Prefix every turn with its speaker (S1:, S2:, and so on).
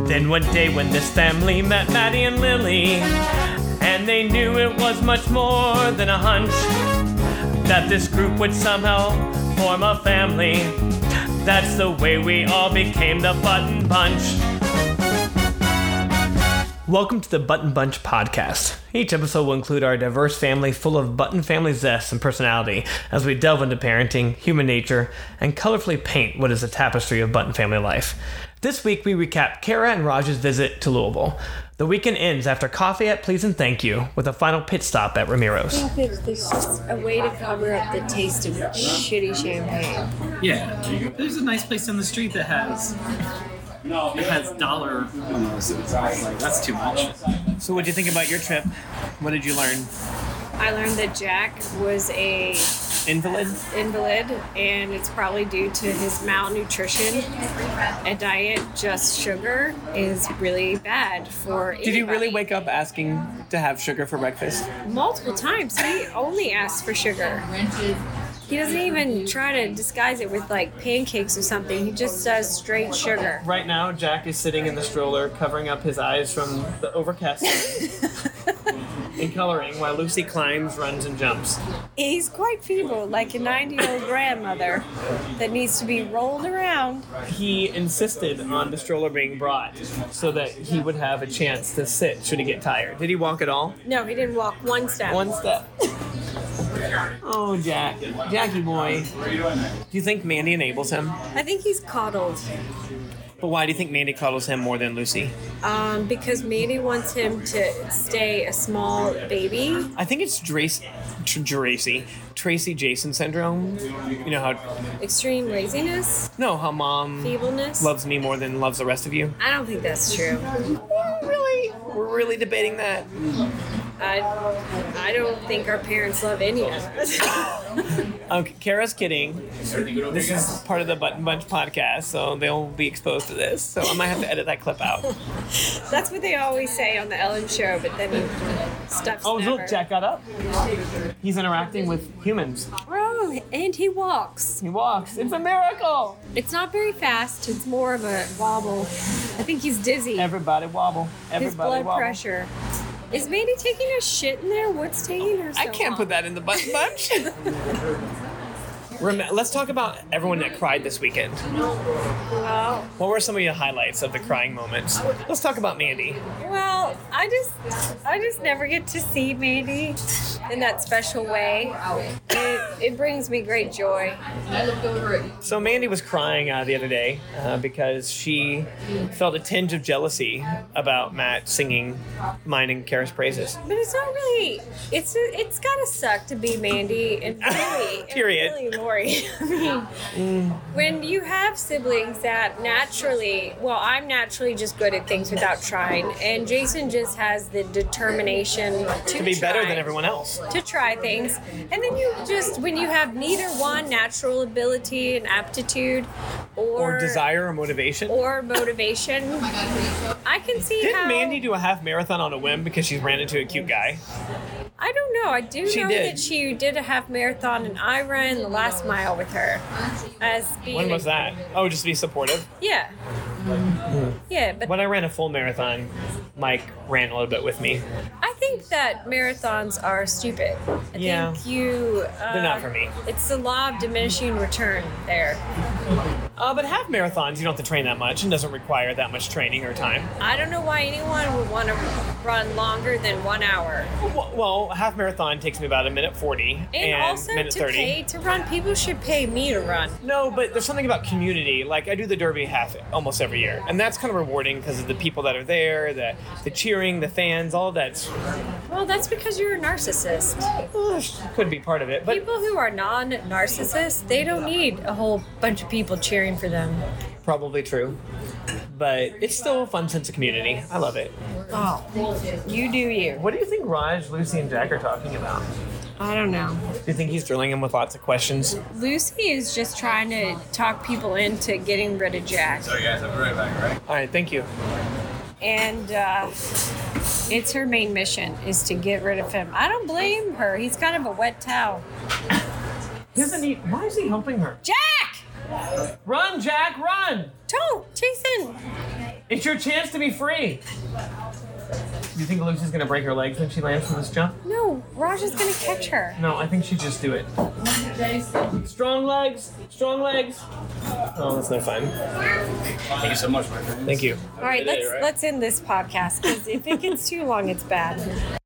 S1: Then one day when this family met Maddie and Lily, and they knew it was much more than a hunch that this group would somehow form a family. That's the way we all became the Button Bunch. Welcome to the Button Bunch podcast. Each episode will include our diverse family full of button family zest and personality as we delve into parenting, human nature, and colorfully paint what is a tapestry of button family life. This week we recap Kara and Raj's visit to Louisville. The weekend ends after coffee at Please and Thank You with a final pit stop at Ramiro's.
S2: think that there's just a way to cover up the taste of shitty champagne.
S3: Yeah, there's a nice place on the street that has it has dollar. That's too much.
S1: So, what do you think about your trip? What did you learn?
S2: I learned that Jack was a
S1: Invalid?
S2: invalid, and it's probably due to his malnutrition. A diet just sugar is really bad for.
S1: Did you really
S2: anybody.
S1: wake up asking to have sugar for breakfast?
S2: multiple times? He only asks for sugar. He doesn't even try to disguise it with like pancakes or something. He just does straight sugar.
S1: Right now, Jack is sitting in the stroller, covering up his eyes from the overcast sun and coloring while Lucy climbs, runs, and jumps.
S2: He's quite feeble, like a 90 year old grandmother that needs to be rolled around.
S1: He insisted on the stroller being brought so that he would have a chance to sit should he get tired. Did he walk at all?
S2: No, he didn't walk one step.
S1: One step. Oh, Jack. Jackie boy. Do you think Mandy enables him?
S2: I think he's coddled
S1: But why do you think Mandy cuddles him more than Lucy?
S2: um, because Mandy wants him to stay a small baby.
S1: I think it's Drace, Tr- Dracy, Tracy Jason syndrome. You know how,
S2: Extreme laziness,
S1: no, how mom
S2: feebleness.
S1: loves me more than loves the rest of you.
S2: I don't think that's true.
S1: Really? We're really debating that.
S2: I, I don't think our parents love any of us.
S1: Okay, Kara's kidding. This is part of the Button Bunch podcast, so they'll be exposed to this. So I might have to edit that clip out.
S2: that's what they always say on the Ellen Show, but then stuff's
S1: Oh,
S2: never.
S1: look, Jack got up. He's interacting with humans.
S2: Wrong, and he walks.
S1: He walks. It's a miracle.
S2: It's not very fast. It's more of a wobble. I think he's dizzy.
S1: Everybody wobble. Everybody
S2: His blood
S1: wobble.
S2: pressure. Is Mandy taking a shit in there? What's taking her? So
S1: I can't
S2: long?
S1: put that in the button bunch. Rem- Let's talk about everyone that cried this weekend.
S2: Well,
S1: What were some of your highlights of the crying moments? Let's talk about Mandy.
S2: well, I just, I just never get to see Mandy in that special way. It, it brings me great joy.
S1: So Mandy was crying uh, the other day uh, because she felt a tinge of jealousy about Matt singing mine and Kara's praises.
S2: But it's not really. It's it's gotta suck to be Mandy and really, and
S1: Period.
S2: really Lori. I mean, when you have siblings that naturally, well, I'm naturally just good at things without trying, and Jason just has the determination to,
S1: To be better
S2: try,
S1: than everyone else.
S2: to try things, and then you just when you have neither one natural ability and aptitude, or,
S1: Or desire or motivation.
S2: or motivation, I can see
S1: Didn't
S2: how
S1: Mandy do a half marathon on a whim because she ran into a cute guy?
S2: I don't know. I do
S1: She
S2: know
S1: did.
S2: that she did a half marathon, and I ran the last mile with her. As being
S1: When was that? Oh, just to be supportive.
S2: Yeah. Yeah, but
S1: When I ran a full marathon, Mike ran a little bit with me.
S2: I think that marathons are stupid. I
S1: Yeah.
S2: think you. Uh,
S1: They're not for me.
S2: It's the law of diminishing return there.
S1: Uh, but half marathons, you don't have to train that much and doesn't require that much training or time.
S2: I don't know why anyone would want to run longer than one hour.
S1: Well, well, a half marathon takes me about a minute 40 and,
S2: And, also
S1: minute
S2: to
S1: 30.
S2: pay to run, people should pay me to run.
S1: No, but there's something about community. Like I do the Derby half almost every year, and that's kind of rewarding because of the people that are there, the the cheering, the fans, all of that
S2: Well, that's because you're a narcissist.
S1: could be part of it. But
S2: People who are non-narcissists, they don't need a whole bunch of people cheering for them.
S1: probably true. But it's still a fun sense of community. I love it.
S2: Oh, you do you.
S1: What do you think Raj, Lucy, and Jack are talking about?
S2: I don't know.
S1: Do you think he's drilling him with lots of questions?
S2: Lucy is just trying to talk people into getting rid of Jack,
S1: All right, thank you.
S2: and uh, it's her main mission is to get rid of him. I don't blame her. He's kind of a wet towel.
S1: He doesn't need. Why is he helping her?
S2: Jack,
S1: Run, Jack, run!
S2: don't, Jason.
S1: It's your chance to be free. Do you think Lucy's gonna break her legs when she lands from this jump?
S2: No, Raj is gonna catch her.
S1: No, I think she just do it. Strong legs, strong legs. Oh, that's no fun.
S4: Thank you so much, my friend.
S1: Thank you.
S2: All right,
S4: Today,
S2: let's
S4: right?
S2: let's end this podcast because if it gets too long, it's bad.